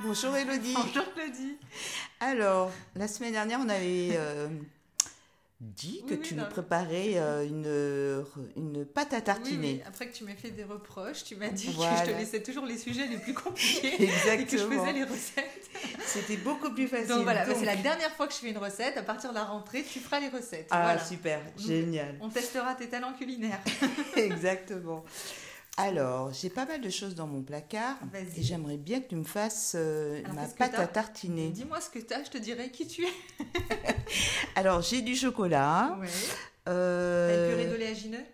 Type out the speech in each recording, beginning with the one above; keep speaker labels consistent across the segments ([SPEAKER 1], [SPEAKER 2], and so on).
[SPEAKER 1] Bonjour Elodie.
[SPEAKER 2] Bonjour Claudie.
[SPEAKER 1] Alors, la semaine dernière, on avait euh, dit que
[SPEAKER 2] Oui, oui,
[SPEAKER 1] tu
[SPEAKER 2] non,
[SPEAKER 1] nous
[SPEAKER 2] mais-
[SPEAKER 1] préparais euh, une, une pâte à
[SPEAKER 2] Oui,
[SPEAKER 1] tartiner.
[SPEAKER 2] oui, Après que tu m'as fait des reproches, tu m'as dit que je
[SPEAKER 1] Voilà.
[SPEAKER 2] te laissais toujours les sujets les plus compliqués et que je
[SPEAKER 1] Exactement.
[SPEAKER 2] faisais les recettes.
[SPEAKER 1] C'était beaucoup plus facile.
[SPEAKER 2] Donc voilà, bah,
[SPEAKER 1] Donc-
[SPEAKER 2] c'est la dernière fois que je fais une recette. À partir de la rentrée, tu feras les recettes.
[SPEAKER 1] Ah,
[SPEAKER 2] Voilà.
[SPEAKER 1] super,
[SPEAKER 2] Mm.
[SPEAKER 1] génial.
[SPEAKER 2] On testera tes talents culinaires.
[SPEAKER 1] Exactement. Alors, j'ai pas mal de choses dans mon placard
[SPEAKER 2] Vas-y.
[SPEAKER 1] et j'aimerais bien que tu me fasses euh,
[SPEAKER 2] Alors,
[SPEAKER 1] ma
[SPEAKER 2] qu'est-ce que
[SPEAKER 1] pâte
[SPEAKER 2] t'as
[SPEAKER 1] à tartiner.
[SPEAKER 2] Dis-moi ce que t'as, je te dirai qui tu es.
[SPEAKER 1] Alors, j'ai du chocolat.
[SPEAKER 2] Ouais. T'as
[SPEAKER 1] Hein euh,
[SPEAKER 2] une purée d'oléagineux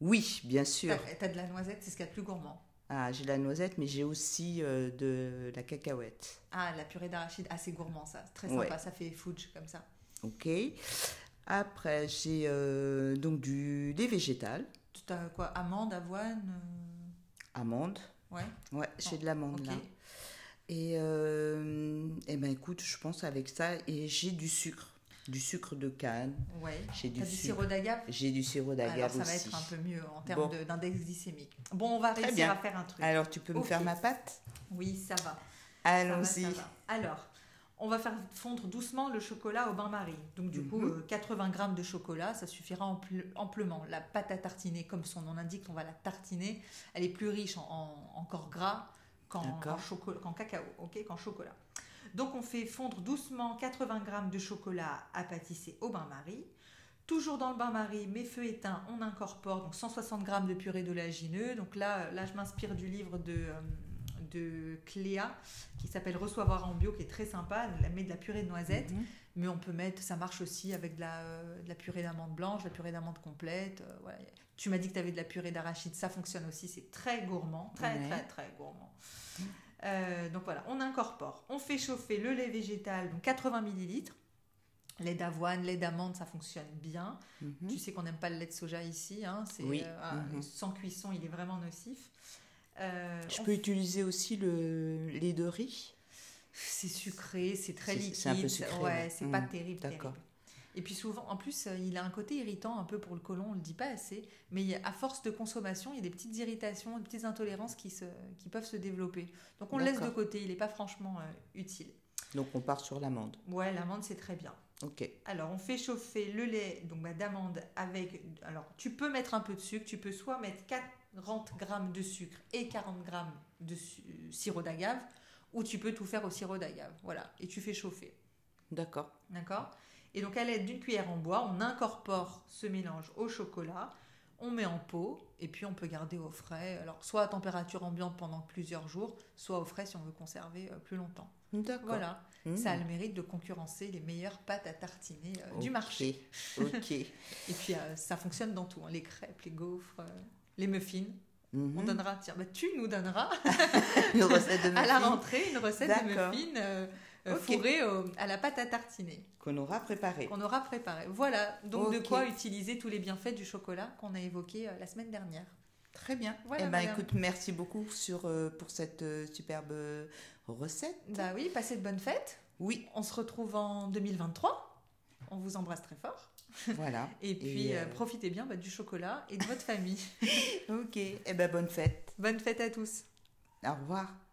[SPEAKER 1] Oui, bien sûr.
[SPEAKER 2] T'as t'as de la noisette, c'est ce qu'il y a de plus gourmand.
[SPEAKER 1] Ah, j'ai la noisette, mais j'ai aussi euh, de la cacahuète.
[SPEAKER 2] Ah, la purée d'arachide, ah, c'est gourmand ça. C'est Très
[SPEAKER 1] Ouais.
[SPEAKER 2] sympa, ça fait fudge comme ça.
[SPEAKER 1] Ok. Après, j'ai euh, donc du, des végétales,
[SPEAKER 2] T'as quoi Amande, avoine euh,
[SPEAKER 1] amandes.
[SPEAKER 2] Ouais,
[SPEAKER 1] Ouais, j'ai de l'amande
[SPEAKER 2] ok.
[SPEAKER 1] là. Et, euh, eh ben écoute, je pense avec ça, et j'ai du sucre, du sucre de canne,
[SPEAKER 2] Ouais.
[SPEAKER 1] j'ai du,
[SPEAKER 2] T'as du
[SPEAKER 1] sucre-
[SPEAKER 2] sirop d'agave
[SPEAKER 1] j'ai du sirop
[SPEAKER 2] Alors
[SPEAKER 1] d'agave
[SPEAKER 2] ça va
[SPEAKER 1] aussi.
[SPEAKER 2] être un peu mieux en
[SPEAKER 1] Bon.
[SPEAKER 2] termes de- d'index glycémique. Bon, on va réussir
[SPEAKER 1] bien.
[SPEAKER 2] à faire un truc.
[SPEAKER 1] Alors, tu peux me
[SPEAKER 2] Ok.
[SPEAKER 1] faire ma pâte
[SPEAKER 2] Oui, ça va. ça va, ça
[SPEAKER 1] Allons-y.
[SPEAKER 2] va. Alors, on va faire fondre doucement le chocolat au bain-marie. Donc du coup,
[SPEAKER 1] Mhm.
[SPEAKER 2] euh, 80 grammes de chocolat, ça suffira ample- amplement. La pâte à tartiner, comme son nom l'indique, on va la tartiner. Elle est plus riche en, en- en corps gras qu'en
[SPEAKER 1] D'accord.
[SPEAKER 2] qu'en choco- qu'en cacao, ok, qu'en chocolat. Donc on fait fondre doucement 80 grammes de chocolat à pâtisser au bain-marie. Toujours dans le bain-marie, mais feu éteint, on incorpore donc 160 grammes de purée d'oléagineux. Donc là, euh, là je m'inspire du livre de, euh, de Cléa qui s'appelle Recevoir en bio, qui est très sympa. Elle met de la purée de noisettes,
[SPEAKER 1] Mhm.
[SPEAKER 2] mais on peut mettre, ça marche aussi avec de la, euh, de la purée d'amande blanche, de la purée d'amande complète. euh, voilà. Tu m'as dit que tu avais de la purée d'arachide, ça fonctionne aussi, c'est très gourmand, très
[SPEAKER 1] Ouais.
[SPEAKER 2] très très gourmand. Euh, donc voilà, on incorpore, on fait chauffer le lait végétal, donc 80 millilitres. Lait d'avoine, lait d'amande, ça fonctionne bien.
[SPEAKER 1] Mhm.
[SPEAKER 2] Tu sais qu'on n'aime pas le lait de soja ici, hein, c'est
[SPEAKER 1] Oui.
[SPEAKER 2] euh, ah,
[SPEAKER 1] Mhm.
[SPEAKER 2] sans cuisson, il est vraiment nocif. Euh,
[SPEAKER 1] Je
[SPEAKER 2] on
[SPEAKER 1] peux utiliser aussi le lait de riz
[SPEAKER 2] c'est sucré, c'est très
[SPEAKER 1] C'est-
[SPEAKER 2] liquide.
[SPEAKER 1] c'est un peu sucré, ouais.
[SPEAKER 2] Ouais, c'est pas
[SPEAKER 1] Mm,
[SPEAKER 2] terrible,
[SPEAKER 1] d'accord.
[SPEAKER 2] terrible. Et puis souvent, en plus, euh, il a un côté irritant un peu pour le côlon, on le dit pas assez, mais il y a- à force de consommation, il y a des petites irritations, des petites intolérances qui, se, qui peuvent se développer. Donc on le laisse de
[SPEAKER 1] D'accord.
[SPEAKER 2] côté, il n'est pas franchement euh, utile.
[SPEAKER 1] Donc, on part sur l'amande.
[SPEAKER 2] Ouais, l'amande, c'est très bien.
[SPEAKER 1] Ok.
[SPEAKER 2] Alors, on fait chauffer le lait donc bah, d'amande avec. Alors, tu peux mettre un peu de sucre. Tu peux soit mettre 40 grammes de sucre et 40 grammes de su- euh, sirop d'agave, ou tu peux tout faire au sirop d'agave. Voilà. Et tu fais chauffer.
[SPEAKER 1] D'accord.
[SPEAKER 2] D'accord Et donc, à l'aide d'une cuillère en bois, on incorpore ce mélange au chocolat. On met en pot et puis on peut garder au frais. Alors, soit à température ambiante pendant plusieurs jours, soit au frais si on veut conserver euh, plus longtemps.
[SPEAKER 1] D'accord.
[SPEAKER 2] Voilà.
[SPEAKER 1] Mmh.
[SPEAKER 2] Ça a le mérite de concurrencer les meilleures pâtes à tartiner euh, du
[SPEAKER 1] Ok.
[SPEAKER 2] marché.
[SPEAKER 1] Ok.
[SPEAKER 2] Et puis euh, ça fonctionne dans tout, hein, les crêpes, les gaufres, euh, les muffins. On
[SPEAKER 1] Mhm.
[SPEAKER 2] donnera, tiens, bah, tu nous donneras
[SPEAKER 1] Une recette de
[SPEAKER 2] à la
[SPEAKER 1] muffins
[SPEAKER 2] rentrée une recette de
[SPEAKER 1] D'accord.
[SPEAKER 2] muffins euh, euh,
[SPEAKER 1] Ok.
[SPEAKER 2] fourrés au- à la pâte à tartiner
[SPEAKER 1] qu'on aura préparée.
[SPEAKER 2] qu'on aura préparée. Voilà, donc
[SPEAKER 1] Ok.
[SPEAKER 2] de quoi utiliser tous les bienfaits du chocolat qu'on a évoqué euh, la semaine dernière.
[SPEAKER 1] Très bien.
[SPEAKER 2] Voilà,
[SPEAKER 1] eh ben,
[SPEAKER 2] madame.
[SPEAKER 1] écoute, merci beaucoup sur, euh, pour cette euh, superbe recette.
[SPEAKER 2] Bah oui, passez de bonnes fêtes.
[SPEAKER 1] Oui,
[SPEAKER 2] On se retrouve en 2023. On vous embrasse très fort.
[SPEAKER 1] voilà.
[SPEAKER 2] Et puis
[SPEAKER 1] euh,
[SPEAKER 2] euh, profitez bien bah, du chocolat et de votre famille.
[SPEAKER 1] ok. Eh ben, bonne fête.
[SPEAKER 2] Bonne fête à tous.
[SPEAKER 1] Au revoir.